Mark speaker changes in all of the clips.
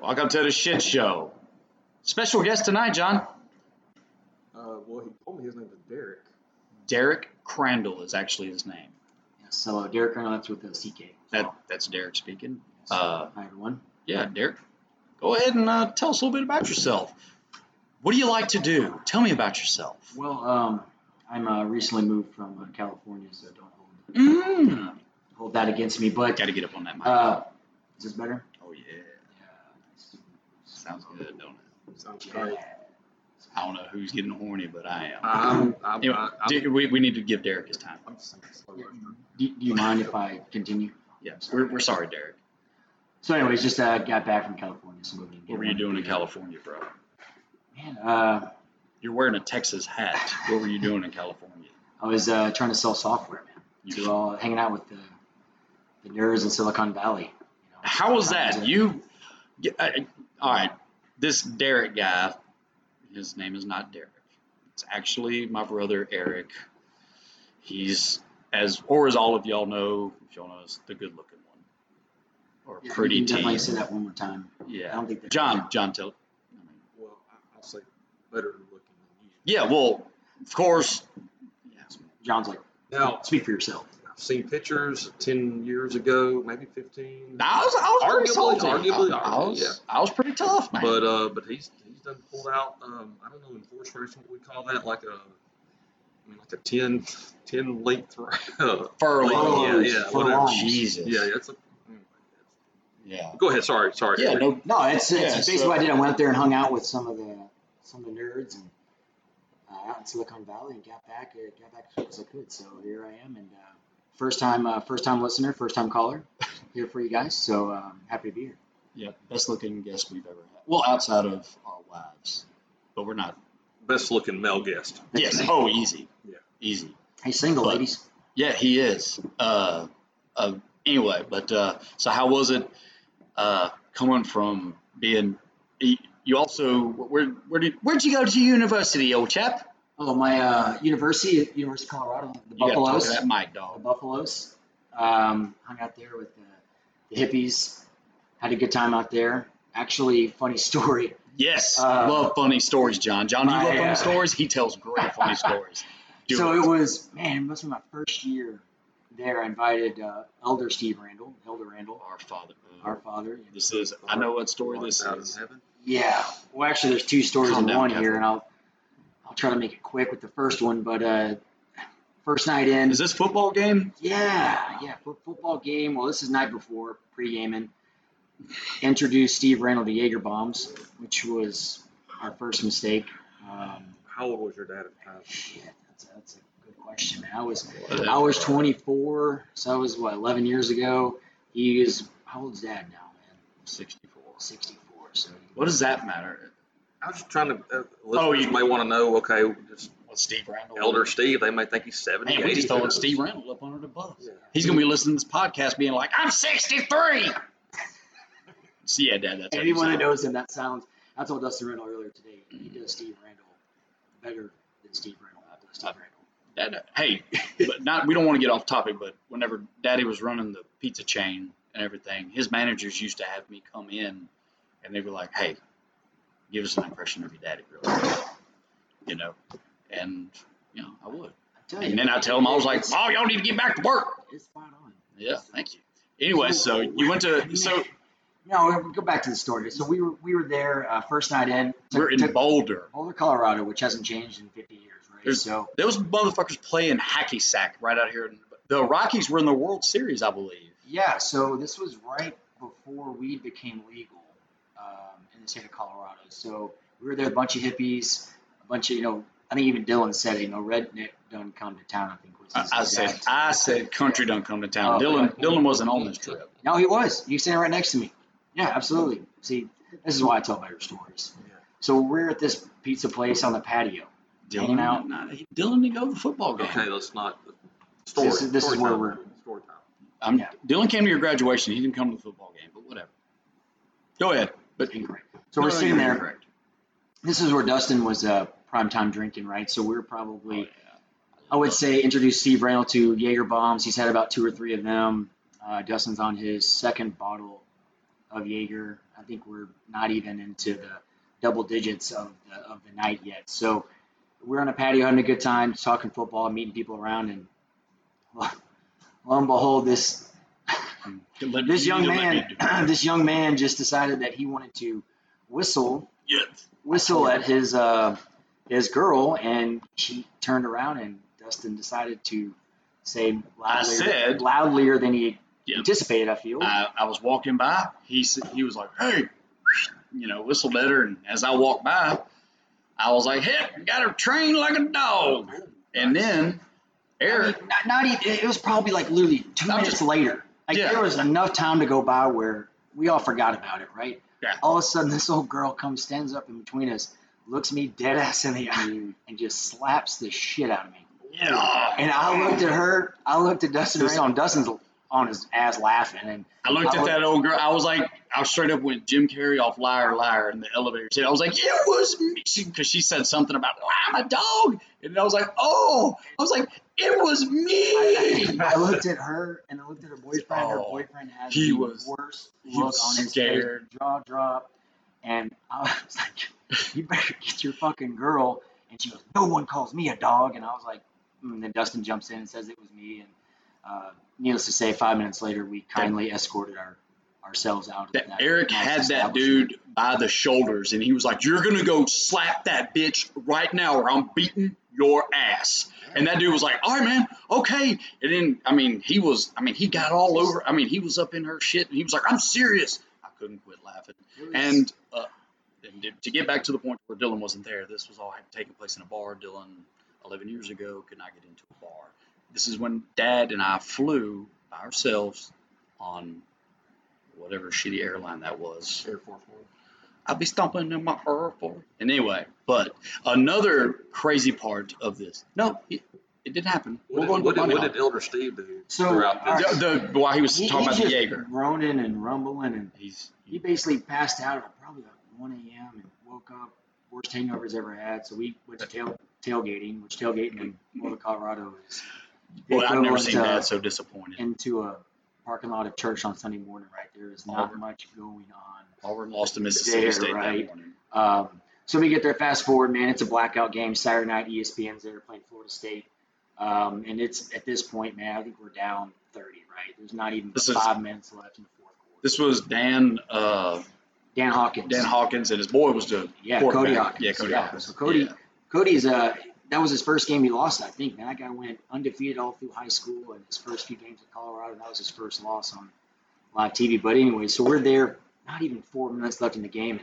Speaker 1: Welcome to the shit show. Special guest tonight, John.
Speaker 2: Uh, well, he told me his name was Derek.
Speaker 1: Derek Crandall is actually his name.
Speaker 3: Yes, hello, uh, Derek Colonel. That's with a CK.
Speaker 1: That that's Derek speaking.
Speaker 3: Yes.
Speaker 1: Uh,
Speaker 3: Hi, everyone.
Speaker 1: yeah, Derek. Go ahead and uh, tell us a little bit about yourself. What do you like to do? Tell me about yourself.
Speaker 3: Well, um, I'm uh, recently moved from uh, California, so don't hold,
Speaker 1: Mm.
Speaker 3: hold that against me. But
Speaker 1: Got to get up on that mic.
Speaker 3: uh, is this better?
Speaker 1: oh yeah,
Speaker 3: Yeah.
Speaker 1: sounds good, don't it?
Speaker 2: Sounds
Speaker 3: Yeah.
Speaker 2: tight.
Speaker 1: I don't know who's getting horny, but I am.
Speaker 2: I'm, I'm,
Speaker 1: Anyway,
Speaker 2: Uh, I'm, I'm,
Speaker 1: Do- we, we need to give Derek his time.
Speaker 2: I'm just
Speaker 3: Yeah.
Speaker 2: saying.
Speaker 3: Do, do you mind if I continue?
Speaker 1: Yes, we're, we're sorry, Derek.
Speaker 3: So, anyways, just uh, got back from California, so moving.
Speaker 1: What were you doing in California, bro?
Speaker 3: Man, uh,
Speaker 1: You're wearing a Texas hat. What were you doing in California?
Speaker 3: I was uh, trying to sell software, man.
Speaker 1: You-
Speaker 3: To all hanging out with the the nerds in Silicon Valley. You know,
Speaker 1: How was
Speaker 3: Times
Speaker 1: that?
Speaker 3: of-
Speaker 1: You, yeah, I- all right? This Derek guy, his name is not Derek. It's actually my brother Eric. He's as, or as all of y'all know, if y'all know, is the good-looking one, or
Speaker 3: Yeah,
Speaker 1: pretty
Speaker 3: you can
Speaker 1: teen.
Speaker 3: Definitely say that one more time. I
Speaker 1: Yeah,
Speaker 3: don't think that
Speaker 1: John. John, tell.
Speaker 2: Well, I- I'll say better looking than you.
Speaker 1: Yeah, well, of course.
Speaker 3: John's like,
Speaker 2: Now,
Speaker 3: speak for yourself.
Speaker 2: I've seen pictures 10 years ago, maybe 15.
Speaker 1: I was, I was pretty
Speaker 2: Arguably,
Speaker 1: salty.
Speaker 2: arguably,
Speaker 1: I, I
Speaker 2: arguably,
Speaker 1: was,
Speaker 2: yeah.
Speaker 1: I was pretty tough, man.
Speaker 2: But uh, but he's he's done pulled out. Um, I don't know in force racing what we call that, like a, I mean, like a 10, 10 late throw. yeah,
Speaker 1: Furlough.
Speaker 2: yeah, yeah,
Speaker 3: Furlongs.
Speaker 2: whatever.
Speaker 1: Jesus.
Speaker 2: yeah, it's a. anyway, it's-
Speaker 1: Yeah.
Speaker 2: Go ahead. Sorry, sorry.
Speaker 1: Yeah. No.
Speaker 3: No, it's, it's
Speaker 1: Yeah,
Speaker 3: basically
Speaker 1: so-
Speaker 3: what I did. I went up there and hung out with some of the some of the nerds and uh, out in Silicon Valley and got back uh, got back as quick as I could. So here I am and uh, first time uh, first time listener, first time caller here for you guys. So um, happy to be here.
Speaker 1: Yeah. Best looking guest we've ever had. Well, outside of our wives, but we're not.
Speaker 2: Best looking male guest.
Speaker 1: Yes. Oh, easy.
Speaker 2: Yeah.
Speaker 1: Easy.
Speaker 3: Hey, single
Speaker 1: But-
Speaker 3: ladies.
Speaker 1: Yeah, he is. Uh, uh, anyway, but uh, so how was it uh, coming from being? y- You also where where did where'd you go to university, old chap?
Speaker 3: Oh, my uh, university, University of Colorado, the
Speaker 1: You gotta talk to
Speaker 3: Buffaloes.
Speaker 1: that mic,
Speaker 3: the
Speaker 1: dog.
Speaker 3: Buffaloes. Um, hung out there with the, the hippies. Had a good time out there. Actually, funny story.
Speaker 1: Yes,
Speaker 3: Uh,
Speaker 1: love funny stories, John. John, do you
Speaker 3: my,
Speaker 1: love funny
Speaker 3: uh,
Speaker 1: stories? He tells great funny stories. Do
Speaker 3: so
Speaker 1: it.
Speaker 3: it was, man, it must be my first year there. I invited uh, Elder Steve Randall, Elder Randall,
Speaker 1: Our Father. uh,
Speaker 3: our father.
Speaker 1: This is. I know what story this
Speaker 2: Out in
Speaker 1: is.
Speaker 2: heaven.
Speaker 3: Yeah. Well, actually, there's two stories
Speaker 1: Calm
Speaker 3: in
Speaker 1: down,
Speaker 3: one
Speaker 1: Kevin.
Speaker 3: here, and I'll I'll try to make it quick with the first one. But uh, first night in,
Speaker 1: Is this football game?
Speaker 3: Yeah, yeah. fo- football game. Well, this is night before pre-gaming. Introduced Steve Randall to Jaeger bombs, which was our first mistake. Um,
Speaker 2: How old was your dad at the time?
Speaker 3: shit, that's a, that's a good question, man. I was I was 24, so that was what 11 years ago. He is how old's dad now, man?
Speaker 1: Sixty-four.
Speaker 3: 64. So
Speaker 1: What does that matter?
Speaker 2: I was just trying to. Uh,
Speaker 1: Oh,
Speaker 2: listeners
Speaker 1: you-
Speaker 2: may want to know. Okay, just
Speaker 1: What's Steve Randall?
Speaker 2: Elder Steve. They may think he's seventy.
Speaker 1: Man, we
Speaker 2: 80,
Speaker 1: just
Speaker 2: who
Speaker 1: throwing
Speaker 2: knows?
Speaker 1: Steve Randall up under the bus.
Speaker 2: Yeah.
Speaker 1: He's gonna be listening to this podcast, being like, "I'm 63." So yeah, Dad. That's how you
Speaker 3: anyone that
Speaker 1: sound.
Speaker 3: knows him, that sounds. I told Dustin Randall earlier today. He does Steve Randall better than Steve Randall. does Steve Randall.
Speaker 1: Dad, hey, but not. We don't want to get off topic, but whenever Daddy was running the pizza chain and everything, his managers used to have me come in, and they'd be like, "Hey, give us an impression of your daddy, really," quick," you know, and you know, I would.
Speaker 3: I tell you,
Speaker 1: And then I tell them I was like,
Speaker 3: it's-
Speaker 1: "Oh, y'all need to get back to work."
Speaker 3: it's spot on.
Speaker 1: Yeah, thank you. Anyway, so you went to so
Speaker 3: No, we go back to the story. So we were we were there uh, first night in. Took-
Speaker 1: we're in
Speaker 3: took
Speaker 1: Boulder.
Speaker 3: Boulder, Colorado, which hasn't changed in 50 years, right?
Speaker 1: There's-
Speaker 3: so
Speaker 1: Those motherfuckers playing hacky sack right out here. The Rockies were in the World Series, I believe.
Speaker 3: yeah, so this was right before weed became legal um, in the state of Colorado. So we were there, a bunch of hippies, a bunch of you know. I think even Dylan said, it, you know, redneck done come to town. I think was
Speaker 1: I,
Speaker 3: his
Speaker 1: I said,
Speaker 3: exact-
Speaker 1: I said, country don't come to town.
Speaker 3: Oh,
Speaker 1: Dylan,
Speaker 3: okay.
Speaker 1: Dylan wasn't on this trip.
Speaker 3: No, he was. He was standing right next to me. Yeah, absolutely. See, this is why I tell better stories.
Speaker 2: Yeah.
Speaker 3: So we're at this pizza place on the patio.
Speaker 1: Dylan,
Speaker 3: Hanging out.
Speaker 1: nah, he- Dylan didn't go to the football game.
Speaker 2: Okay, let's not. Story.
Speaker 3: This is- this is
Speaker 2: story
Speaker 3: where
Speaker 2: time.
Speaker 3: we're-
Speaker 2: Story time.
Speaker 1: I'm,
Speaker 3: Yeah.
Speaker 1: Dylan came to your graduation. He didn't come to the football game, but whatever. Go ahead. But
Speaker 3: Incorrect. So
Speaker 1: No,
Speaker 3: we're
Speaker 1: no,
Speaker 3: sitting
Speaker 1: you're
Speaker 3: there.
Speaker 1: correct.
Speaker 3: this is where Dustin was uh, prime time drinking, right? So we were
Speaker 1: Oh,
Speaker 3: probably,
Speaker 1: yeah.
Speaker 3: I would say, introduced Steve Randall to Jaeger bombs. He's had about two or three of them. Uh, Dustin's on his second bottle of Jaeger. I think we're not even into the double digits of the, of the night yet. So we're on a patio having a good time, talking football, meeting people around, and lo, lo and behold, this
Speaker 1: Let-
Speaker 3: this
Speaker 1: you
Speaker 3: young
Speaker 1: need to let me
Speaker 3: man
Speaker 1: do it.
Speaker 3: this young man just decided that he wanted to whistle
Speaker 1: Yeah.
Speaker 3: whistle at his uh, his girl, and she turned around, and Dustin decided to say loudly,
Speaker 1: I said-
Speaker 3: louder than he
Speaker 1: Yeah.
Speaker 3: anticipated. I feel.
Speaker 1: I, I was walking by. He s- he was like, "Hey," you know, whistled at her, and as I walked by, I was like, "Heck, got her trained like a dog." And then
Speaker 3: I
Speaker 1: Eric,
Speaker 3: mean, not, not even. It was probably like literally 2
Speaker 1: I'm
Speaker 3: minutes
Speaker 1: just-
Speaker 3: later. Like
Speaker 1: Yeah.
Speaker 3: there was enough time to go by where we all forgot about it, right?
Speaker 1: Yeah.
Speaker 3: All of a sudden, this old girl comes, stands up in between us, looks me dead ass in the eye, and just slaps the shit out of me.
Speaker 1: yeah,
Speaker 3: And I looked at her. I looked at Dustin right on Dustin's on his ass laughing, and
Speaker 1: I looked
Speaker 3: I
Speaker 1: at that old girl. I was like, I straight up went Jim Carrey off "Liar, Liar" in the elevator. Said, I was like, "Yeah, it was me," because she, said something about "Oh, I'm a dog, and I was like, "Oh," I was like, "It was me."
Speaker 3: I looked at her and I looked at her boyfriend. Her
Speaker 1: Oh,
Speaker 3: boyfriend had
Speaker 1: he
Speaker 3: the
Speaker 1: was-
Speaker 3: worst
Speaker 1: he
Speaker 3: look
Speaker 1: was
Speaker 3: on his
Speaker 1: scared.
Speaker 3: face, jaw drop, and I was like, "You better get your fucking girl." And she goes, "No one calls me a dog." And I was like, mm, and then Dustin jumps in and says it was me. And uh, needless to say, five minutes later, we kindly escorted our ourselves out. of
Speaker 1: that
Speaker 3: that
Speaker 1: Eric
Speaker 3: nice
Speaker 1: had that
Speaker 3: establishment.
Speaker 1: dude by the shoulders and he was like, You're gonna go slap that bitch right now or I'm beating your ass. And that dude was like, All right, man, okay. And then I mean he was I mean he got all over I mean he was up in her shit and he was like, I'm serious. I couldn't quit laughing.
Speaker 3: It was-
Speaker 1: And uh, and to- to get back to the point where Dylan wasn't there, this was all taking place in a bar. Dylan, 11 years ago, could not get into a bar. This is when Dad and I flew by ourselves on whatever shitty airline that was.
Speaker 2: Air Force One.
Speaker 1: I'll be stomping in my purple. And anyway, but another crazy part of this. No, it, it didn't happen.
Speaker 2: What,
Speaker 1: We're going
Speaker 2: did,
Speaker 1: to
Speaker 2: what, did,
Speaker 1: Monday
Speaker 2: what
Speaker 1: night.
Speaker 2: did Elder Steve do
Speaker 3: So, uh,
Speaker 2: throughout
Speaker 3: all
Speaker 2: this?
Speaker 3: right.
Speaker 1: the, the, while he was
Speaker 3: he,
Speaker 1: talking
Speaker 3: he
Speaker 1: about the
Speaker 3: just
Speaker 1: Jaeger,
Speaker 3: groaning and rumbling and
Speaker 1: he's
Speaker 3: he basically passed out at probably like 1 a.m. and woke up, worst hangover he's ever had. So we went to tail, tailgating, which tailgating in Boulder, Colorado is the
Speaker 1: well, I've never
Speaker 3: equivalent
Speaker 1: seen
Speaker 3: of
Speaker 1: Dad so disappointed.
Speaker 3: into a parking lot of church on Sunday morning. Right there is not
Speaker 1: Auburn.
Speaker 3: much going on.
Speaker 1: Auburn lost to Mississippi
Speaker 3: There,
Speaker 1: State
Speaker 3: right.
Speaker 1: that morning.
Speaker 3: Um, so we get there, fast forward, man. It's a blackout game Saturday night. E ESPN's there playing Florida State, um, and it's at this point, man. I think we're down 30. Right? There's not even
Speaker 1: This is-
Speaker 3: five minutes left in the fourth quarter.
Speaker 1: This was Dan uh,
Speaker 3: Dan Hawkins.
Speaker 1: Dan Hawkins and his boy was the
Speaker 3: Yeah,
Speaker 1: quarterback.
Speaker 3: Cody Hawkins.
Speaker 1: Yeah, Cody
Speaker 3: Yeah,
Speaker 1: Hawkins.
Speaker 3: so Cody-
Speaker 1: Yeah.
Speaker 3: Cody's uh that was his first game he lost, I think. Man, that guy went undefeated all through high school and his first few games in Colorado. That was his first loss on live TV. But anyway, so we're there, not even four minutes left in the game.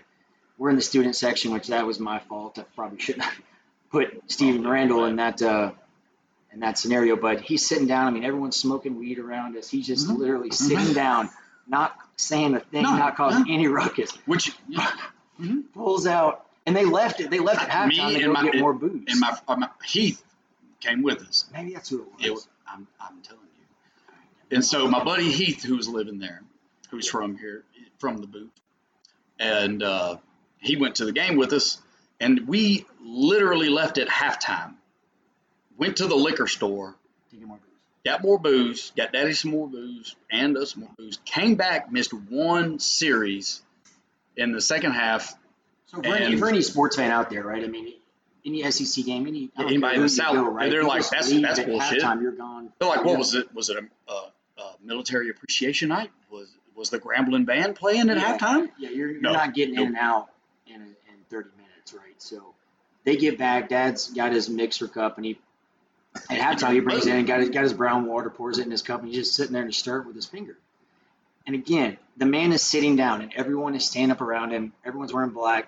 Speaker 3: We're in the student section, which that was my fault. I probably shouldn't have put Steven Randall in that uh, in that scenario. But he's sitting down. I mean, everyone's smoking weed around us. He's just
Speaker 1: Mhm.
Speaker 3: literally sitting down, not saying a thing,
Speaker 1: No,
Speaker 3: not causing any ruckus
Speaker 1: Which
Speaker 3: pulls out, and they left it. They left it
Speaker 1: Me
Speaker 3: halftime to
Speaker 1: and
Speaker 3: go
Speaker 1: my-
Speaker 3: get more booze.
Speaker 1: and my, uh, my Heath came with us.
Speaker 3: Maybe that's who it
Speaker 1: It,
Speaker 3: was.
Speaker 1: was- I'm, I'm telling you. And so my buddy Heath, who's living there, who's from here, from the boot, and uh, he went to the game with us, and we literally left at halftime. Went to the liquor store,
Speaker 3: Taking more booze.
Speaker 1: got more booze, got daddy some more booze, and us more booze. Came back, missed one series in the second half.
Speaker 3: So for, any,
Speaker 1: And-
Speaker 3: for any sports fan out there, right? I mean, any SEC game, any I don't
Speaker 1: Anybody in
Speaker 3: care who
Speaker 1: the
Speaker 3: you
Speaker 1: South,
Speaker 3: go, right?
Speaker 1: they're
Speaker 3: You
Speaker 1: like,
Speaker 3: just
Speaker 1: "That's-
Speaker 3: leave
Speaker 1: that's
Speaker 3: at
Speaker 1: bullshit."
Speaker 3: Halftime, you're gone.
Speaker 1: They're like,
Speaker 3: Yeah.
Speaker 1: what was it? Was it a, a, a military appreciation night? Was was the Grambling band playing at
Speaker 3: Yeah.
Speaker 1: halftime?
Speaker 3: Yeah, you're, you're
Speaker 1: No,
Speaker 3: not getting
Speaker 1: no.
Speaker 3: in and out in, in 30 minutes, right? So they get back. Dad's got his mixer cup, and he at halftime he brings it in, got his, got his brown water, pours it in his cup, and he's just sitting there and he's stirring it with his finger. And again, the man is sitting down, and everyone is standing up around him. Everyone's wearing black,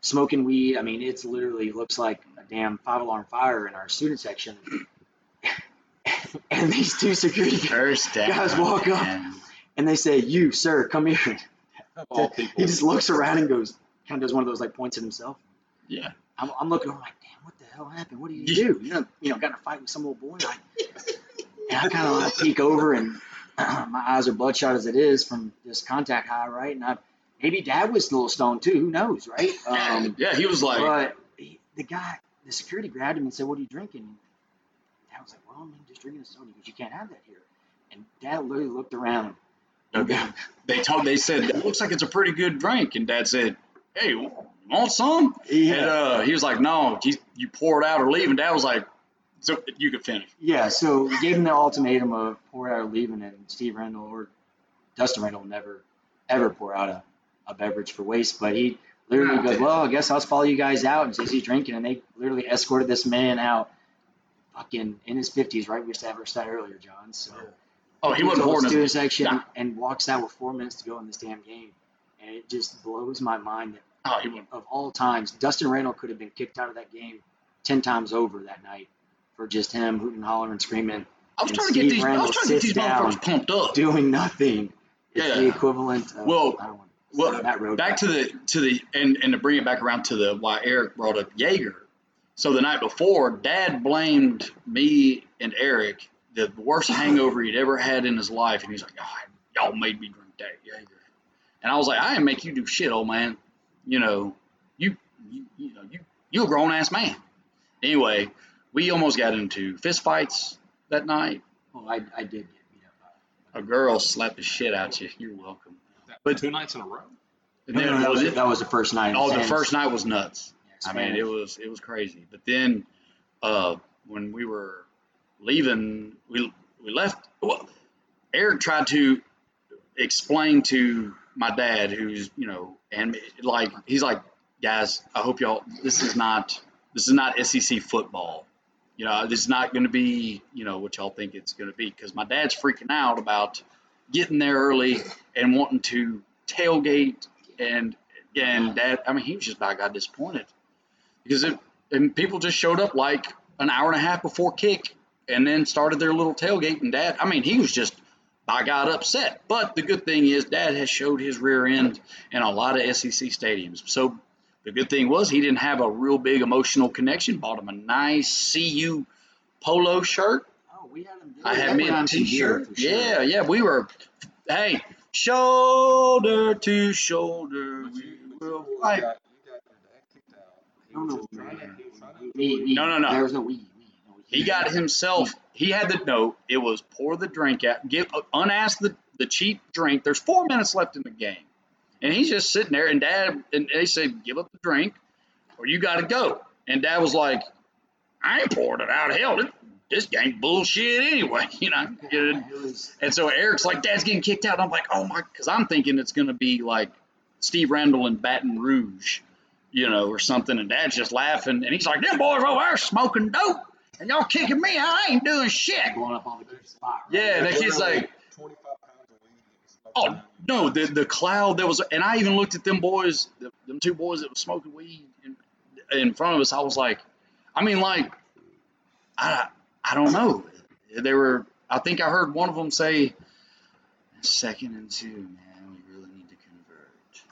Speaker 3: smoking weed. I mean, it's literally looks like a damn five alarm fire in our student section. and these two security guards,
Speaker 1: First down.
Speaker 3: Guys, walk up.
Speaker 1: man.
Speaker 3: and they say, "You, sir, come here."
Speaker 2: Of all people.
Speaker 3: He just looks around and goes, kind of does one of those like points at himself.
Speaker 1: Yeah.
Speaker 3: I'm, I'm looking, I'm like, damn, what the hell happened? What did you
Speaker 1: Yeah.
Speaker 3: do? You know, you know, got in a fight with some old boy. Like, and I kind of like peek over and my eyes are bloodshot as it is from this contact high, right? And I, maybe dad was a little stoned too. Who knows, right? Um,
Speaker 1: yeah, he was like,
Speaker 3: but he, the guy, the security grabbed him and said, "What are you drinking?" And Dad was like, "Well, I'm just drinking a soda." He goes, "You can't have that here." And Dad literally looked around,
Speaker 1: No, they, they told they said that looks like it's a pretty good drink, and Dad said, "Hey, you want some?" And
Speaker 3: Yeah.
Speaker 1: uh, he was like, "No, you, you pour it out or leave." And Dad was like, "So you can finish."
Speaker 3: Yeah, so we gave him the ultimatum of pour out or leaving, and Steve Rendell or Dustin Rendell never, ever pour out a, a beverage for waste. But he literally
Speaker 2: Yeah.
Speaker 3: goes, "Well, I guess I'll just follow you guys out," and says he's drinking, and they literally escorted this man out, fucking in his fifties, right? We used to have our stat earlier, John. So
Speaker 1: Oh, he wasn't
Speaker 3: goes
Speaker 1: pouring.
Speaker 3: to
Speaker 1: it.
Speaker 3: his section
Speaker 1: Yeah.
Speaker 3: and walks out with four minutes to go in this damn game, and it just blows my mind that
Speaker 1: Oh, he wasn't.
Speaker 3: of all times, Dustin Randall could have been kicked out of that game ten times over that night for just him hooting, hollering, and screaming,
Speaker 1: I was
Speaker 3: And
Speaker 1: trying to get
Speaker 3: Steve
Speaker 1: these. I
Speaker 3: Randall
Speaker 1: was trying to get these
Speaker 3: sits down.
Speaker 1: motherfuckers pumped up.
Speaker 3: doing nothing. It's the
Speaker 1: Yeah.
Speaker 3: equivalent of
Speaker 1: Well,
Speaker 3: I don't want to
Speaker 1: well,
Speaker 3: that road
Speaker 1: back to the to the and and to bring it back around to the why Eric brought up Jaeger. So the night before, Dad blamed me and Eric the worst hangover he'd ever had in his life, and he was like, oh, "Y'all made me drink that Jaeger," and I was like, "I didn't make you do shit, old man. You know, you you, you know you you a grown ass man." Anyway, we almost got into fistfights that night.
Speaker 3: Oh, I, I did get beat up. by it.
Speaker 1: A girl slapped the shit out you. You're welcome.
Speaker 2: But two nights in a row.
Speaker 1: And
Speaker 3: No,
Speaker 1: then
Speaker 3: no, that,
Speaker 1: was
Speaker 3: was,
Speaker 1: it?
Speaker 3: that was the first night.
Speaker 1: Oh, the
Speaker 3: Sands.
Speaker 1: first night was nuts.
Speaker 3: Yeah,
Speaker 1: I mean, it
Speaker 3: Sands.
Speaker 1: was it was crazy. But then, uh, when we were leaving, we we left. Well, Eric tried to explain to my dad, who's you know, and like he's like, guys, I hope y'all. This is not this is not SEC football. You know, this is not going to be you know what y'all think it's going to be because my dad's freaking out about getting there early and wanting to tailgate and and dad. I mean, he was just by God disappointed because it and people just showed up like an hour and a half before kick and then started their little tailgate and dad. I mean, he was just by God upset. But the good thing is dad has showed his rear end in a lot of SEC stadiums. So the good thing was he didn't have a real big emotional connection. Bought him a nice CU polo shirt
Speaker 3: Oh, we had him.
Speaker 1: I
Speaker 3: we
Speaker 1: had
Speaker 3: had
Speaker 1: me
Speaker 3: one
Speaker 1: a
Speaker 3: on some gear
Speaker 1: t-shirt.
Speaker 3: for sure.
Speaker 1: Yeah, yeah, we were. Hey, shoulder to shoulder,
Speaker 2: But
Speaker 1: we
Speaker 2: you, but you
Speaker 1: will
Speaker 2: boys
Speaker 1: fight.
Speaker 2: got- you got your dad kicked out. He
Speaker 3: No,
Speaker 2: was
Speaker 3: no,
Speaker 2: just trying to-
Speaker 3: man.
Speaker 2: he was trying to-
Speaker 3: We, we,
Speaker 1: No, no, no.
Speaker 3: There was no we. we no, we.
Speaker 1: He got himself. He had the note. It was pour the drink out. Give unask the the cheap drink. There's four minutes left in the game, and he's just sitting there. And dad and they said, "Give up the drink, or you got to go." And dad was like, "I ain't pouring it out. Hell, this, this game bullshit anyway. You know, get it
Speaker 3: It was
Speaker 1: And so Eric's like, Dad's getting kicked out. And I'm like, oh my, because I'm thinking it's going to be like Steve Randall in Baton Rouge, you know, or something. And Dad's just laughing. And he's like, them boys over there smoking dope. And y'all kicking me out. I ain't doing shit.
Speaker 3: blowing up all the good spot. Right?
Speaker 1: Yeah, and the kid's like,
Speaker 2: 25 pounds of weed. and smoke
Speaker 1: oh,
Speaker 2: down.
Speaker 1: no, the, the cloud that was, and I even looked at them boys, the, them two boys that were smoking weed in, in front of us. I was like, I mean, like, I, I don't know. They were, I think I heard one of them say, second and two, man, we really need to converge.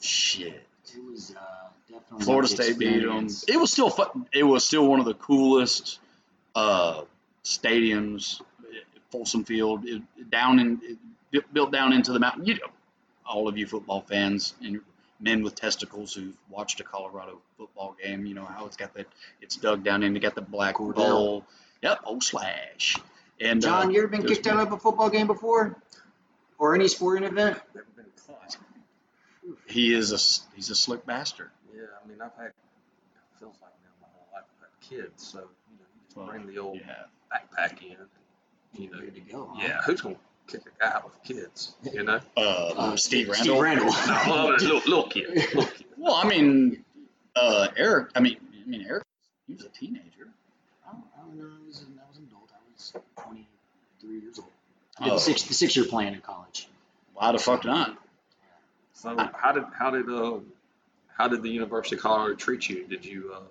Speaker 1: Shit.
Speaker 3: It was uh, definitely.
Speaker 1: Florida
Speaker 3: the
Speaker 1: State beat them.
Speaker 3: experience.
Speaker 1: It was still fun. It was still one of the coolest uh, stadiums, eh, Folsom Field, it, down in it bu- built down into the mountain. You know, all of you football fans and men with testicles who've watched a Colorado football game, you know how it's got that. It's dug down in. They got the black
Speaker 3: Cordell.
Speaker 1: bowl. Yep, old slash. And uh,
Speaker 3: John, you ever been
Speaker 1: it was
Speaker 3: kicked out of a football game before, or any sporting event?
Speaker 2: I've never been caught.
Speaker 1: he is a s- he's a slick bastard.
Speaker 2: Yeah, I mean, I've had, it feels like now my whole life I've had kids, so, you know, you just
Speaker 1: Well,
Speaker 2: bring the old
Speaker 1: Yeah.
Speaker 2: backpack in. And, you know,
Speaker 3: Ready to go. huh?
Speaker 2: yeah, who's going to kick a guy out with kids, you know?
Speaker 1: Uh,
Speaker 3: Uh,
Speaker 1: Steve Randall.
Speaker 3: Steve Randall.
Speaker 2: no, well, little, little kid. Little kid.
Speaker 1: Well, I mean, uh, Eric. I mean, I mean, Eric. He was a teenager.
Speaker 3: I don't, I don't know. I was, an, I was an adult. I was 23 years old. I did
Speaker 1: Oh.
Speaker 3: the six the six year plan in college.
Speaker 1: Why the fuck not?
Speaker 2: So how did how did um how did the University of Colorado treat you? Did you um,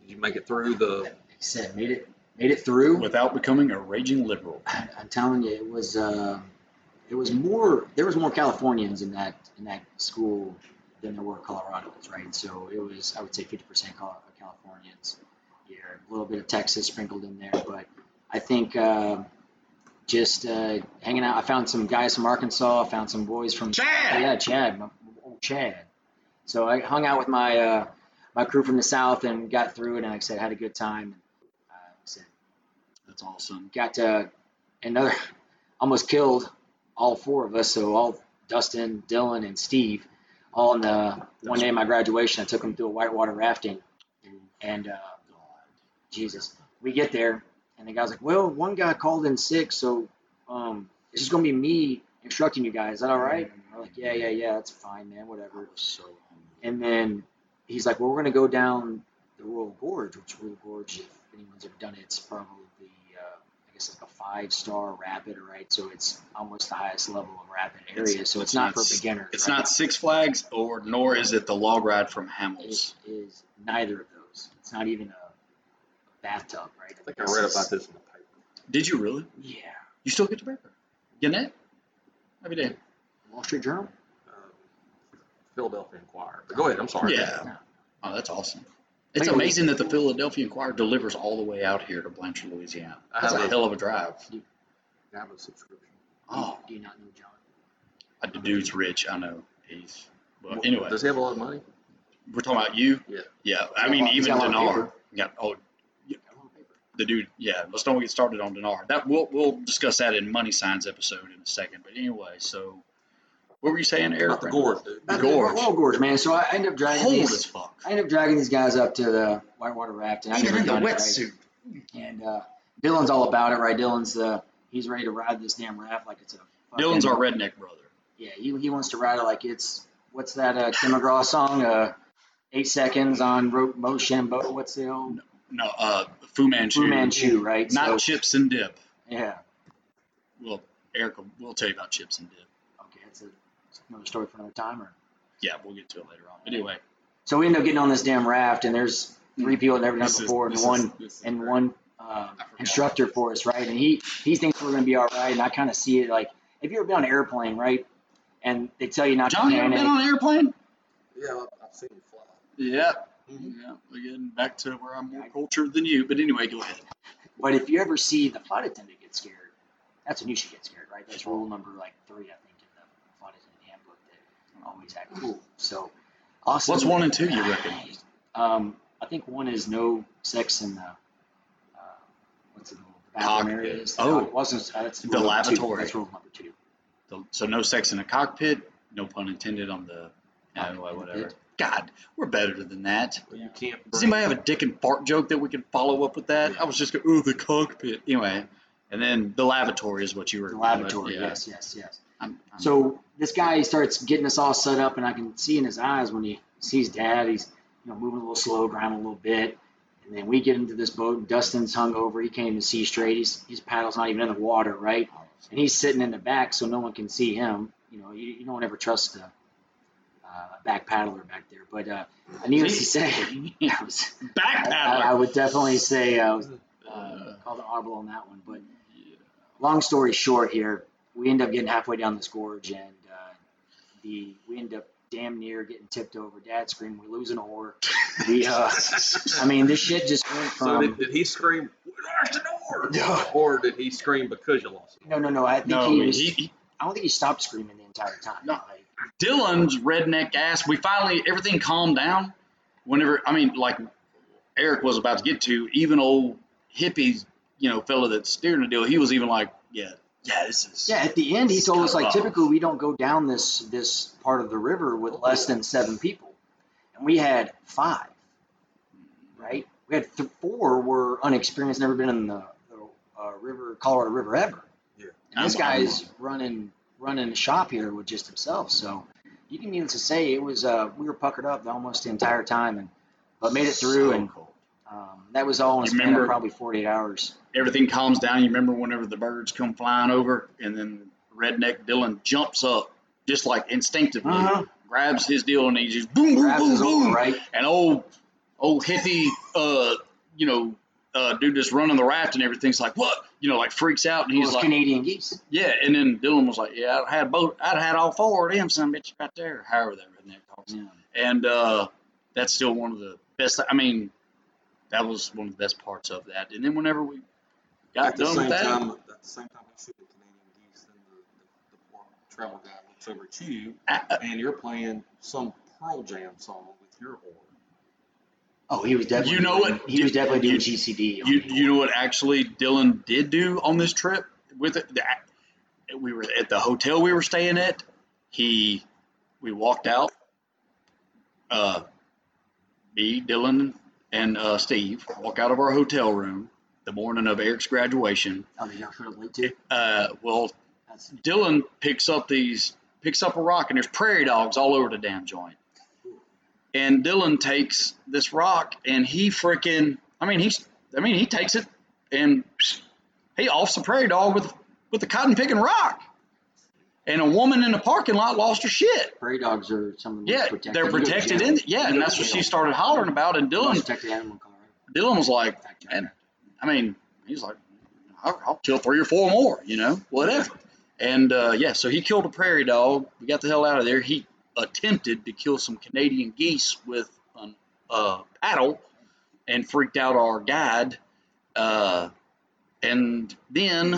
Speaker 2: did you make it through the?
Speaker 3: Like I said, made it made it through.
Speaker 1: Without becoming a raging liberal.
Speaker 3: I, I'm telling you, it was uh, it was more there was more Californians in that in that school than there were Coloradans, right? So it was I would say 50% Col- Californians here, a little bit of Texas sprinkled in there, but I think uh, just uh, hanging out. I found some guys from Arkansas. I found some boys from Oh,
Speaker 1: Chad!
Speaker 3: Yeah, Chad, my, old Chad. So I hung out with my uh, my crew from the south and got through it. And like I said, had a good time. And, uh, like I said,
Speaker 1: That's awesome.
Speaker 3: got uh, another almost killed all four of us, so all Dustin, Dylan, and Steve, all in the one day of my graduation, I took them through a whitewater rafting, and uh, Jesus, we get there, and the guy's like, "Well, one guy called in sick, so um, it's just gonna be me instructing you guys. Is that all right?" And I'm like, "Yeah, yeah, yeah, that's fine, man,
Speaker 1: I
Speaker 3: whatever."
Speaker 1: was so hungry.
Speaker 3: And then he's like, "Well, we're gonna go down the Royal Gorge, which Royal Gorge, if anyone's ever done it, it's probably uh, I guess like a five star rapid, right? So it's almost the highest level of rapid
Speaker 1: It's-
Speaker 3: area. so it's,
Speaker 1: it's
Speaker 3: not,
Speaker 1: not
Speaker 3: for
Speaker 1: s-
Speaker 3: beginners.
Speaker 1: It's
Speaker 3: right?
Speaker 1: not Six Flags, or nor is it the log ride from
Speaker 3: It
Speaker 1: Hamels.
Speaker 3: is neither of those. It's not even a bathtub, right?
Speaker 2: I think I read about this in the paper.
Speaker 1: Did you really?
Speaker 3: Yeah,
Speaker 1: You still get the paper? Getting it every day?
Speaker 3: Wall Street Journal.
Speaker 2: Um, Philadelphia Inquirer. But go ahead. I'm sorry.
Speaker 1: Yeah. Oh, that's awesome. It's
Speaker 3: Thank you.
Speaker 1: amazing that the Philadelphia Inquirer delivers all the way out here to Blanchard, Louisiana.
Speaker 2: I
Speaker 1: That's
Speaker 2: have
Speaker 1: a
Speaker 2: a-
Speaker 1: hell of a drive.
Speaker 2: I have a subscription.
Speaker 1: Oh,
Speaker 3: do you not know John?
Speaker 1: I- Uh, the dude's rich. I know. He's. But
Speaker 2: Well,
Speaker 1: anyway,
Speaker 2: does he have a lot of money?
Speaker 1: we're talking about you.
Speaker 2: Yeah.
Speaker 1: Yeah. I
Speaker 3: He's
Speaker 1: mean,
Speaker 3: got a- he's
Speaker 1: even
Speaker 3: got a lot of
Speaker 1: Dinar. Yeah. Oh,
Speaker 3: I don't know paper.
Speaker 1: the dude. Yeah. Let's don't get started on Dinar. That we'll we'll discuss that in Money Signs episode in a second. But anyway, so what were you saying, Eric?
Speaker 2: Not the gourd, dude.
Speaker 1: The
Speaker 3: About
Speaker 1: gorge.
Speaker 3: Royal Gorge, man. So I end up dragging
Speaker 1: Cold
Speaker 3: these.
Speaker 1: as fuck.
Speaker 3: I end up dragging these guys up to the whitewater raft, and I've
Speaker 1: Even
Speaker 3: never
Speaker 1: in the
Speaker 3: done it, right?
Speaker 1: wetsuit.
Speaker 3: And uh, Dylan's all about it, right? Dylan's uh, he's ready to ride this damn raft like it's a. fucking-
Speaker 1: Dylan's our redneck brother.
Speaker 3: Yeah, he, he wants to ride it like it's what's that uh, Tim McGraw song? Uh, Eight seconds on Ro- Mochambeau. What's the old
Speaker 1: No, uh, Fu Manchu.
Speaker 3: Fu Manchu, right?
Speaker 1: Not
Speaker 3: So-
Speaker 1: chips and dip.
Speaker 3: yeah.
Speaker 1: Well, Eric, will- we'll tell you about chips and dip.
Speaker 3: Okay, that's a, it's another story for another time. Or
Speaker 1: Yeah, we'll get to it later on. But anyway,
Speaker 3: so we end up getting on this damn raft, and there's three people that never done it
Speaker 1: Hmm. this is-
Speaker 3: before,
Speaker 1: this
Speaker 3: and
Speaker 1: is-
Speaker 3: one
Speaker 1: this is
Speaker 3: and
Speaker 1: great.
Speaker 3: one um,
Speaker 1: I forgot.
Speaker 3: instructor for us, right? And he he thinks we're gonna be all right, and I kind of see it like if you ever been on an airplane, right? And they tell you not
Speaker 1: John,
Speaker 3: to
Speaker 1: you ever
Speaker 3: panic.
Speaker 1: been on an airplane?
Speaker 2: Yeah, I've- I've seen him fly.
Speaker 1: Yeah.
Speaker 2: Mhm.
Speaker 1: Yeah. Again, back to where I'm more cultured than you. But anyway, go ahead.
Speaker 3: But if you ever see the flight attendant get scared, that's when you should get scared, right? That's rule number like three, I think, in the flight attendant handbook that always act cool. So, also,
Speaker 1: What's one and two, you reckon?
Speaker 3: Um, I think one is no sex in the uh, what's it called? The bathroom
Speaker 1: Cockpit.
Speaker 3: areas.
Speaker 1: Oh.
Speaker 3: it wasn't uh, that's
Speaker 1: The
Speaker 3: rule number two.
Speaker 1: lavatory.
Speaker 3: That's rule number two.
Speaker 1: The, so no sex in a cockpit. No pun intended on the. Anyway,
Speaker 3: Cockpit.
Speaker 1: whatever. God, we're better than that.
Speaker 2: But You can't.
Speaker 1: Does
Speaker 2: bring-
Speaker 1: anybody have a dick and fart joke that we can follow up with that? I was just going, ooh, the cockpit. Anyway, and then the lavatory is what you were.
Speaker 3: The lavatory.
Speaker 1: Yeah.
Speaker 3: Yes, yes, yes.
Speaker 1: I'm- I'm-
Speaker 3: So this guy starts getting us all set up, and I can see in his eyes when he sees Dad, he's you know moving a little slow, grinding a little bit, and then we get into this boat. And Dustin's hung over; he can't even see straight. He's his paddle's not even in the water, right? And he's sitting in the back, so no one can see him. You know, you, you don't ever trust a uh, back paddler back there. But uh, needless to say, I, was,
Speaker 1: back
Speaker 3: I, I
Speaker 1: paddler.
Speaker 3: would definitely say I was uh,
Speaker 1: Uh,
Speaker 3: called an audible on that one, but.
Speaker 1: yeah.
Speaker 3: long story short here, we end up getting halfway down this gorge and uh, the we end up damn near getting tipped over. Dad screamed, "We're losing a oar." We, uh, I mean, this shit just went
Speaker 2: So
Speaker 3: from
Speaker 2: did, did he scream, "We lost an oar,"
Speaker 3: No.
Speaker 2: or did he scream because you lost? an
Speaker 3: no, no, no. I think
Speaker 1: No,
Speaker 3: he,
Speaker 1: he,
Speaker 3: was,
Speaker 1: he,
Speaker 3: I don't think he stopped screaming the entire time.
Speaker 1: No.
Speaker 3: Like,
Speaker 1: Dylan's redneck ass. We finally everything calmed down. Whenever I mean, like Eric was about to get to, even old hippies, you know, fella that's steering the deal, he was even like, yeah, yeah, this is.
Speaker 3: yeah, at the end, he told us like,
Speaker 1: Scum.
Speaker 3: typically we don't go down this this part of the river with less than seven people, and we had five. Right, we had th- four were unexperienced, never been in the, the uh, river, Colorado River ever. And this
Speaker 1: I'm- I'm-
Speaker 3: guy's running running a shop here with just himself. So you can needless to say it was uh, we were puckered up almost the entire time and but uh, made it
Speaker 1: so
Speaker 3: through and
Speaker 1: cool.
Speaker 3: um, that was all in
Speaker 1: You
Speaker 3: a span of
Speaker 1: remember-
Speaker 3: probably 48 hours.
Speaker 1: everything calms down. You remember whenever the birds come flying over, and then redneck Dylan jumps up just like instinctively,
Speaker 3: Mhm.
Speaker 1: grabs his deal, and he just boom, boom,
Speaker 3: Grabs
Speaker 1: boom,
Speaker 3: his oar,
Speaker 1: boom,
Speaker 3: right?
Speaker 1: and old old hippie uh you know uh dude that's running the raft and everything's like what you know like freaks out and he's
Speaker 3: Those
Speaker 1: like
Speaker 3: Canadian geese.
Speaker 1: yeah and then Dylan was like yeah I'd had both I'd had all four of them some bitch right there however that redneck talks
Speaker 3: Yeah.
Speaker 1: and uh that's still one of the best I mean that was one of the best parts of that and then whenever we
Speaker 2: oar?
Speaker 1: got done with that
Speaker 2: time, at the same time, I shoot the Canadian geese, then the, the, the poor travel guy looks over at you,
Speaker 1: I-
Speaker 2: and you're playing some Pearl Jam song with your oar.
Speaker 3: Oh, he was definitely
Speaker 1: You know what?
Speaker 3: He was definitely doing
Speaker 1: You-
Speaker 3: GCD. on
Speaker 1: You
Speaker 3: the
Speaker 1: you
Speaker 3: oar.
Speaker 1: know what actually Dylan did do on this trip with it? The- we were at the hotel we were staying at. He, we walked out. Uh, me, Dylan, and uh, Steve walk out of our hotel room the morning of Eric's graduation.
Speaker 3: Oh, did y'all show up late too?
Speaker 1: Uh, well,
Speaker 3: That's
Speaker 1: Dylan picks up these picks up a rock and there's prairie dogs all over the damn joint. And Dylan takes this rock and he freaking I mean he's I mean he takes it and he offs the prairie dog with with the cotton picking rock. And a woman in the parking lot lost her shit.
Speaker 3: prairie dogs are some of the most
Speaker 1: Yeah,
Speaker 3: protected.
Speaker 1: they're
Speaker 3: You go to
Speaker 1: protected
Speaker 3: jail.
Speaker 1: in yeah,
Speaker 3: You
Speaker 1: and
Speaker 3: go
Speaker 1: that's
Speaker 3: to
Speaker 1: what she
Speaker 3: jail.
Speaker 1: started hollering about. And
Speaker 3: Most
Speaker 1: Dylan
Speaker 3: protected animal in Colorado.
Speaker 1: Dylan was like,
Speaker 3: Fact check.
Speaker 1: and I mean, he's like, I'll, I'll kill three or four more, you know, whatever. And uh, yeah, so he killed a prairie dog. We got the hell out of there. He attempted to kill some Canadian geese with a uh, paddle and freaked out our guide. Uh, and then,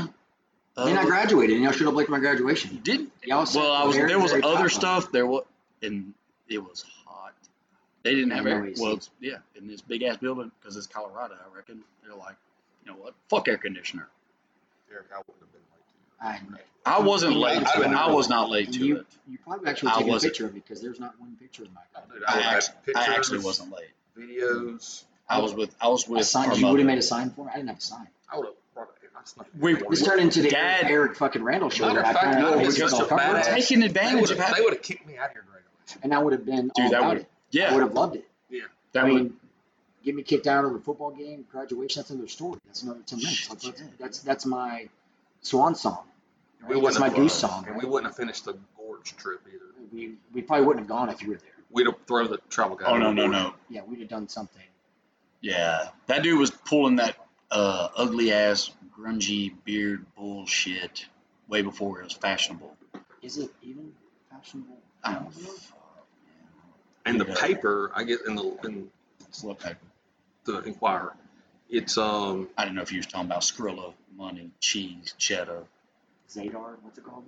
Speaker 1: uh,
Speaker 3: Then I graduated, and y'all showed up late for my graduation.
Speaker 1: did
Speaker 3: Y'all said
Speaker 1: well. I was
Speaker 3: very,
Speaker 1: there was
Speaker 3: Oh, very
Speaker 1: other
Speaker 3: hot
Speaker 1: stuff. There was and it was hot. They didn't
Speaker 3: I
Speaker 1: have
Speaker 3: know
Speaker 1: air.
Speaker 3: what you
Speaker 1: Well, yeah, in this big ass building because it's Colorado. I reckon they're like, you know what? Fuck air conditioner.
Speaker 2: Eric, I wouldn't have been late.
Speaker 3: I
Speaker 2: to you.
Speaker 3: know.
Speaker 1: I wasn't late.
Speaker 2: I
Speaker 1: To it.
Speaker 2: would-
Speaker 1: I was not late
Speaker 3: And
Speaker 1: to
Speaker 3: you,
Speaker 1: it.
Speaker 3: you probably actually
Speaker 1: I
Speaker 3: taking a
Speaker 1: wasn't.
Speaker 3: picture of me because there's not one picture of my
Speaker 2: Oh,
Speaker 3: God.
Speaker 2: dude, I,
Speaker 1: I,
Speaker 2: would have
Speaker 1: act- I
Speaker 2: pictures,
Speaker 1: actually wasn't late.
Speaker 2: Videos.
Speaker 1: I was with. I was
Speaker 3: A
Speaker 1: with.
Speaker 3: sign,
Speaker 1: our
Speaker 3: you would
Speaker 1: mother.
Speaker 3: have made a sign for me. I didn't have a sign.
Speaker 2: I would have brought it. I snuck it
Speaker 1: We-
Speaker 2: in.
Speaker 3: This turned into the
Speaker 1: Dad-
Speaker 3: Eric, Eric fucking Randall show.
Speaker 2: Matter
Speaker 3: where
Speaker 2: of
Speaker 3: I
Speaker 2: fact,
Speaker 3: found out
Speaker 2: no,
Speaker 3: what
Speaker 2: it's
Speaker 3: was
Speaker 2: just a
Speaker 3: going on.
Speaker 1: We're
Speaker 2: badass-
Speaker 1: taking
Speaker 2: They
Speaker 1: advantage of
Speaker 2: would have. They
Speaker 1: having.
Speaker 2: would have kicked me out of here in regulation.
Speaker 3: and I would have been all
Speaker 1: Dude, that
Speaker 3: about
Speaker 1: would.
Speaker 3: it. I
Speaker 1: Yeah,
Speaker 3: would have loved it.
Speaker 1: that
Speaker 3: I mean,
Speaker 1: would.
Speaker 3: get me kicked out of a football game, graduation. That's another story. That's another ten minutes. Like, that's, that's that's my swan song.
Speaker 2: We
Speaker 3: Right? That's
Speaker 2: wouldn't
Speaker 3: my
Speaker 2: have
Speaker 3: goose
Speaker 2: flown,
Speaker 3: song.
Speaker 2: and
Speaker 3: right?
Speaker 2: we wouldn't have finished the gorge trip either.
Speaker 3: we we probably wouldn't have gone if you were there.
Speaker 2: We'd have thrown the travel guide.
Speaker 1: Oh no no
Speaker 2: overboard.
Speaker 1: no.
Speaker 3: Yeah, we'd have done something.
Speaker 1: Yeah, that dude was pulling that uh, ugly ass grungy beard bullshit way before it was fashionable.
Speaker 3: Is it even fashionable?
Speaker 1: I don't
Speaker 2: And the
Speaker 1: Yeah.
Speaker 2: paper I get in the in
Speaker 1: Slip paper.
Speaker 2: the Inquirer, it's um
Speaker 1: I didn't know if you was talking about Skrilla, money, cheese, cheddar.
Speaker 3: Zadar, what's it called?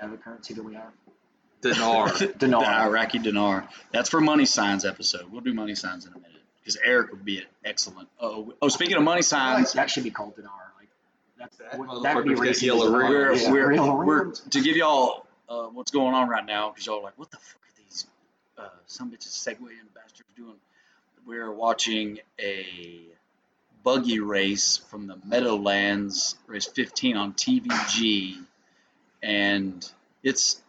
Speaker 3: Other currency that we have?
Speaker 2: dinar.
Speaker 1: The
Speaker 3: Dinar.
Speaker 1: Iraqi dinar. That's for money signs episode. We'll do money signs in a minute because Eric would be an excellent. Oh, oh, speaking of money
Speaker 3: I feel like
Speaker 1: signs,
Speaker 3: that should be called dinar. Like that's
Speaker 2: That
Speaker 3: what- that would be
Speaker 2: motherfucker's got
Speaker 3: racist.
Speaker 2: yellow
Speaker 3: dinar.
Speaker 1: we're,
Speaker 2: rings.
Speaker 3: Yeah.
Speaker 1: we're,
Speaker 3: Real
Speaker 1: we're
Speaker 3: rings.
Speaker 1: to give y'all uh, what's going on right now because y'all are like, what the fuck are these uh, some bitches Segway and bastards doing? We're watching a buggy race from the Meadowlands, race 15 on TVG, and it's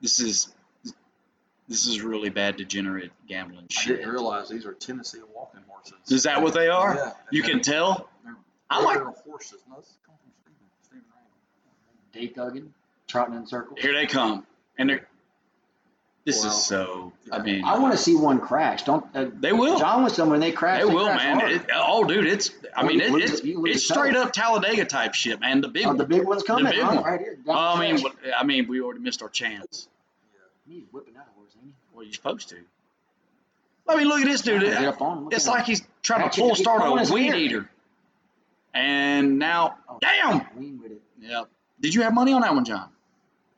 Speaker 1: this is this is really bad degenerate gambling
Speaker 2: I
Speaker 1: shit.
Speaker 2: didn't realize these are Tennessee walking horses.
Speaker 1: Is that what they are?
Speaker 2: Yeah.
Speaker 1: You can tell.
Speaker 2: They're-
Speaker 1: I like.
Speaker 2: they're horses. No, this comes from Stephen. Stephen Randall.
Speaker 3: Dave Duggan, trotting in circles.
Speaker 1: Here they come, and they're. This
Speaker 2: Wow.
Speaker 1: is so. I mean,
Speaker 3: I want to see one crash. Don't uh,
Speaker 1: They will.
Speaker 3: John was someone they crashed.
Speaker 1: They will,
Speaker 3: crashed
Speaker 1: man.
Speaker 3: hard.
Speaker 1: It- oh, dude, it's. I
Speaker 3: Well,
Speaker 1: mean,
Speaker 3: you
Speaker 1: it,
Speaker 3: lose
Speaker 1: it's
Speaker 3: it, you lose
Speaker 1: it's
Speaker 3: it total.
Speaker 1: straight up Talladega type shit, man. The big.
Speaker 3: Oh, the
Speaker 1: one.
Speaker 3: big one's coming.
Speaker 1: big
Speaker 3: huh?
Speaker 1: one.
Speaker 3: Right here.
Speaker 1: Oh, I mean,
Speaker 3: Down the stretch.
Speaker 1: what- I mean, we already missed our chance.
Speaker 3: he's whipping out a horse. ain't he?
Speaker 1: What are you supposed to? I mean, look at this dude.
Speaker 3: Get up on him, look
Speaker 1: It's
Speaker 3: at him.
Speaker 1: like he's trying to
Speaker 3: Ratchet,
Speaker 1: full
Speaker 3: he's
Speaker 1: start
Speaker 3: pulling his
Speaker 1: a weed
Speaker 3: hair.
Speaker 1: eater. And now,
Speaker 3: Oh,
Speaker 1: damn.
Speaker 3: Lean with it.
Speaker 1: Yep. Did you have money on that one, John?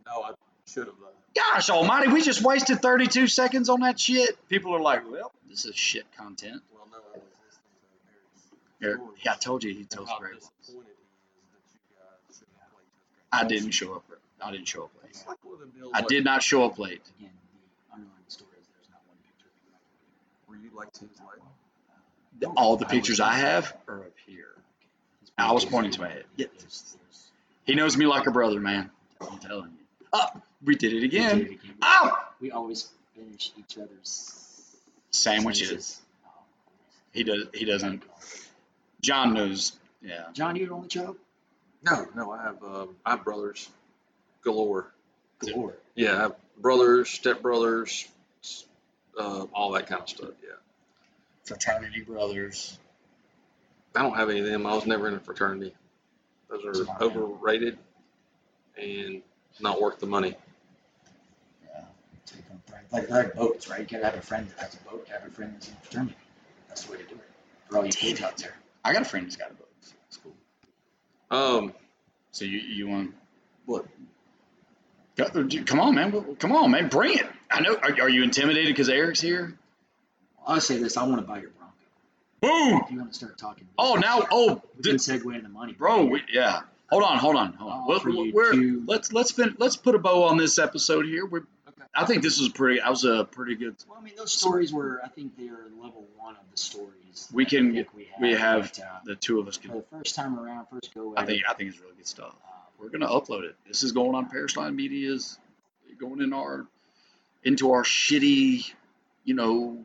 Speaker 2: No, I should have. though.
Speaker 1: Gosh Almighty, we just wasted 32 seconds on that shit. People are like, well, this is shit content.
Speaker 2: Well, no, I was listening to
Speaker 1: Eric,
Speaker 2: Eric's stories
Speaker 1: yeah, I told you he
Speaker 2: and
Speaker 1: tells
Speaker 2: how
Speaker 1: great ones.
Speaker 2: disappointed he is that you guys shouldn't have
Speaker 1: I
Speaker 2: played this game.
Speaker 1: didn't show up. I didn't show up late.
Speaker 2: It's like one of them deals
Speaker 1: I
Speaker 2: like-
Speaker 1: did not show up late.
Speaker 3: Again, the underlying story is there's not one picture. of me.
Speaker 2: Were you like Tim's like?
Speaker 1: The- All the pictures I have are up here.
Speaker 3: He's
Speaker 1: I was pointing to my head. Yeah.
Speaker 3: There's- there's-
Speaker 1: He knows me like a brother, man. I'm telling you. Oh, we did it
Speaker 3: We
Speaker 1: again.
Speaker 3: did it again.
Speaker 1: Oh,
Speaker 3: We always finish each other's
Speaker 1: sandwiches.
Speaker 3: sentences. Oh,
Speaker 1: He does. He doesn't. John knows. Yeah.
Speaker 3: John, you the only child?
Speaker 2: No, no, I have um, I have brothers galore.
Speaker 3: Glory.
Speaker 2: Yeah, I have brothers, stepbrothers, s- uh, all that kind of stuff. Yeah,
Speaker 1: Fraternity brothers.
Speaker 2: I don't have any of them. I was never in a fraternity. Those are
Speaker 3: Smart man.
Speaker 2: overrated and not worth the money.
Speaker 3: Yeah. Take on friends. Like they're like boats, right? You gotta have a friend that has a boat, have a friend that's in fraternity. That's the way to do it. For all you kids out there.
Speaker 1: I got a friend who's got a boat. It's cool.
Speaker 2: Um,
Speaker 1: So you you want
Speaker 2: What?
Speaker 1: Go- dude, Come on, man. Well, Come on, man. Bring it. I know. Are, are you intimidated because Eric's here?
Speaker 3: I'll say this, I wanna buy your Bronco.
Speaker 1: Boom.
Speaker 3: If you wanna start talking.
Speaker 1: Oh, now. Oh,
Speaker 3: We
Speaker 1: dude,
Speaker 3: can segue into money.
Speaker 1: bro. We, yeah. Hold on, hold on, hold on.
Speaker 3: Oh,
Speaker 1: Well,
Speaker 3: for you
Speaker 1: we're-
Speaker 3: to-
Speaker 1: let's let's fin- let's put a bow on this episode here. We're
Speaker 2: Okay.
Speaker 1: I think this was pretty. I was a pretty good.
Speaker 3: Well, I mean, those stories were, I think, they are level one of the stories.
Speaker 1: We
Speaker 3: that
Speaker 1: can-
Speaker 3: I think we have.
Speaker 1: we have-
Speaker 3: but, uh,
Speaker 1: The two of us
Speaker 3: for
Speaker 1: can.
Speaker 3: the first time around, first go.
Speaker 1: I
Speaker 3: at
Speaker 1: think
Speaker 3: it,
Speaker 1: I think it's really good stuff.
Speaker 3: uh,
Speaker 1: We're gonna upload it. This is going on Parasite Media's going in our into our shitty, you know,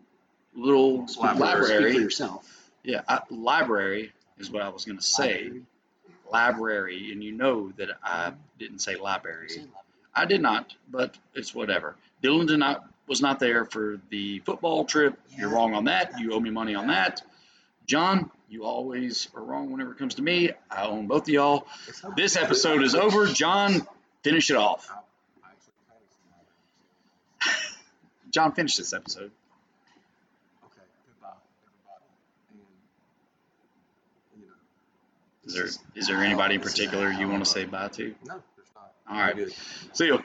Speaker 1: little
Speaker 2: Library.
Speaker 3: Speak for
Speaker 1: library.
Speaker 3: yourself.
Speaker 1: Yeah, I, library is what I was gonna say.
Speaker 3: Library.
Speaker 1: Library, and you know that I didn't say library.
Speaker 3: Say library.
Speaker 1: I did not, but it's whatever. Dylan did not was not there for the football trip. You're
Speaker 3: Yeah.
Speaker 1: wrong on that. You owe me money on that. John, you always are wrong whenever it comes to me. I own both of y'all. This episode is over. John, finish it off. John, finish this episode.
Speaker 2: Okay, goodbye, everybody. And, you know,
Speaker 1: Is there is there anybody in particular you want to say bye to?
Speaker 2: no, there's not.
Speaker 1: All right.
Speaker 2: Good.
Speaker 1: See you.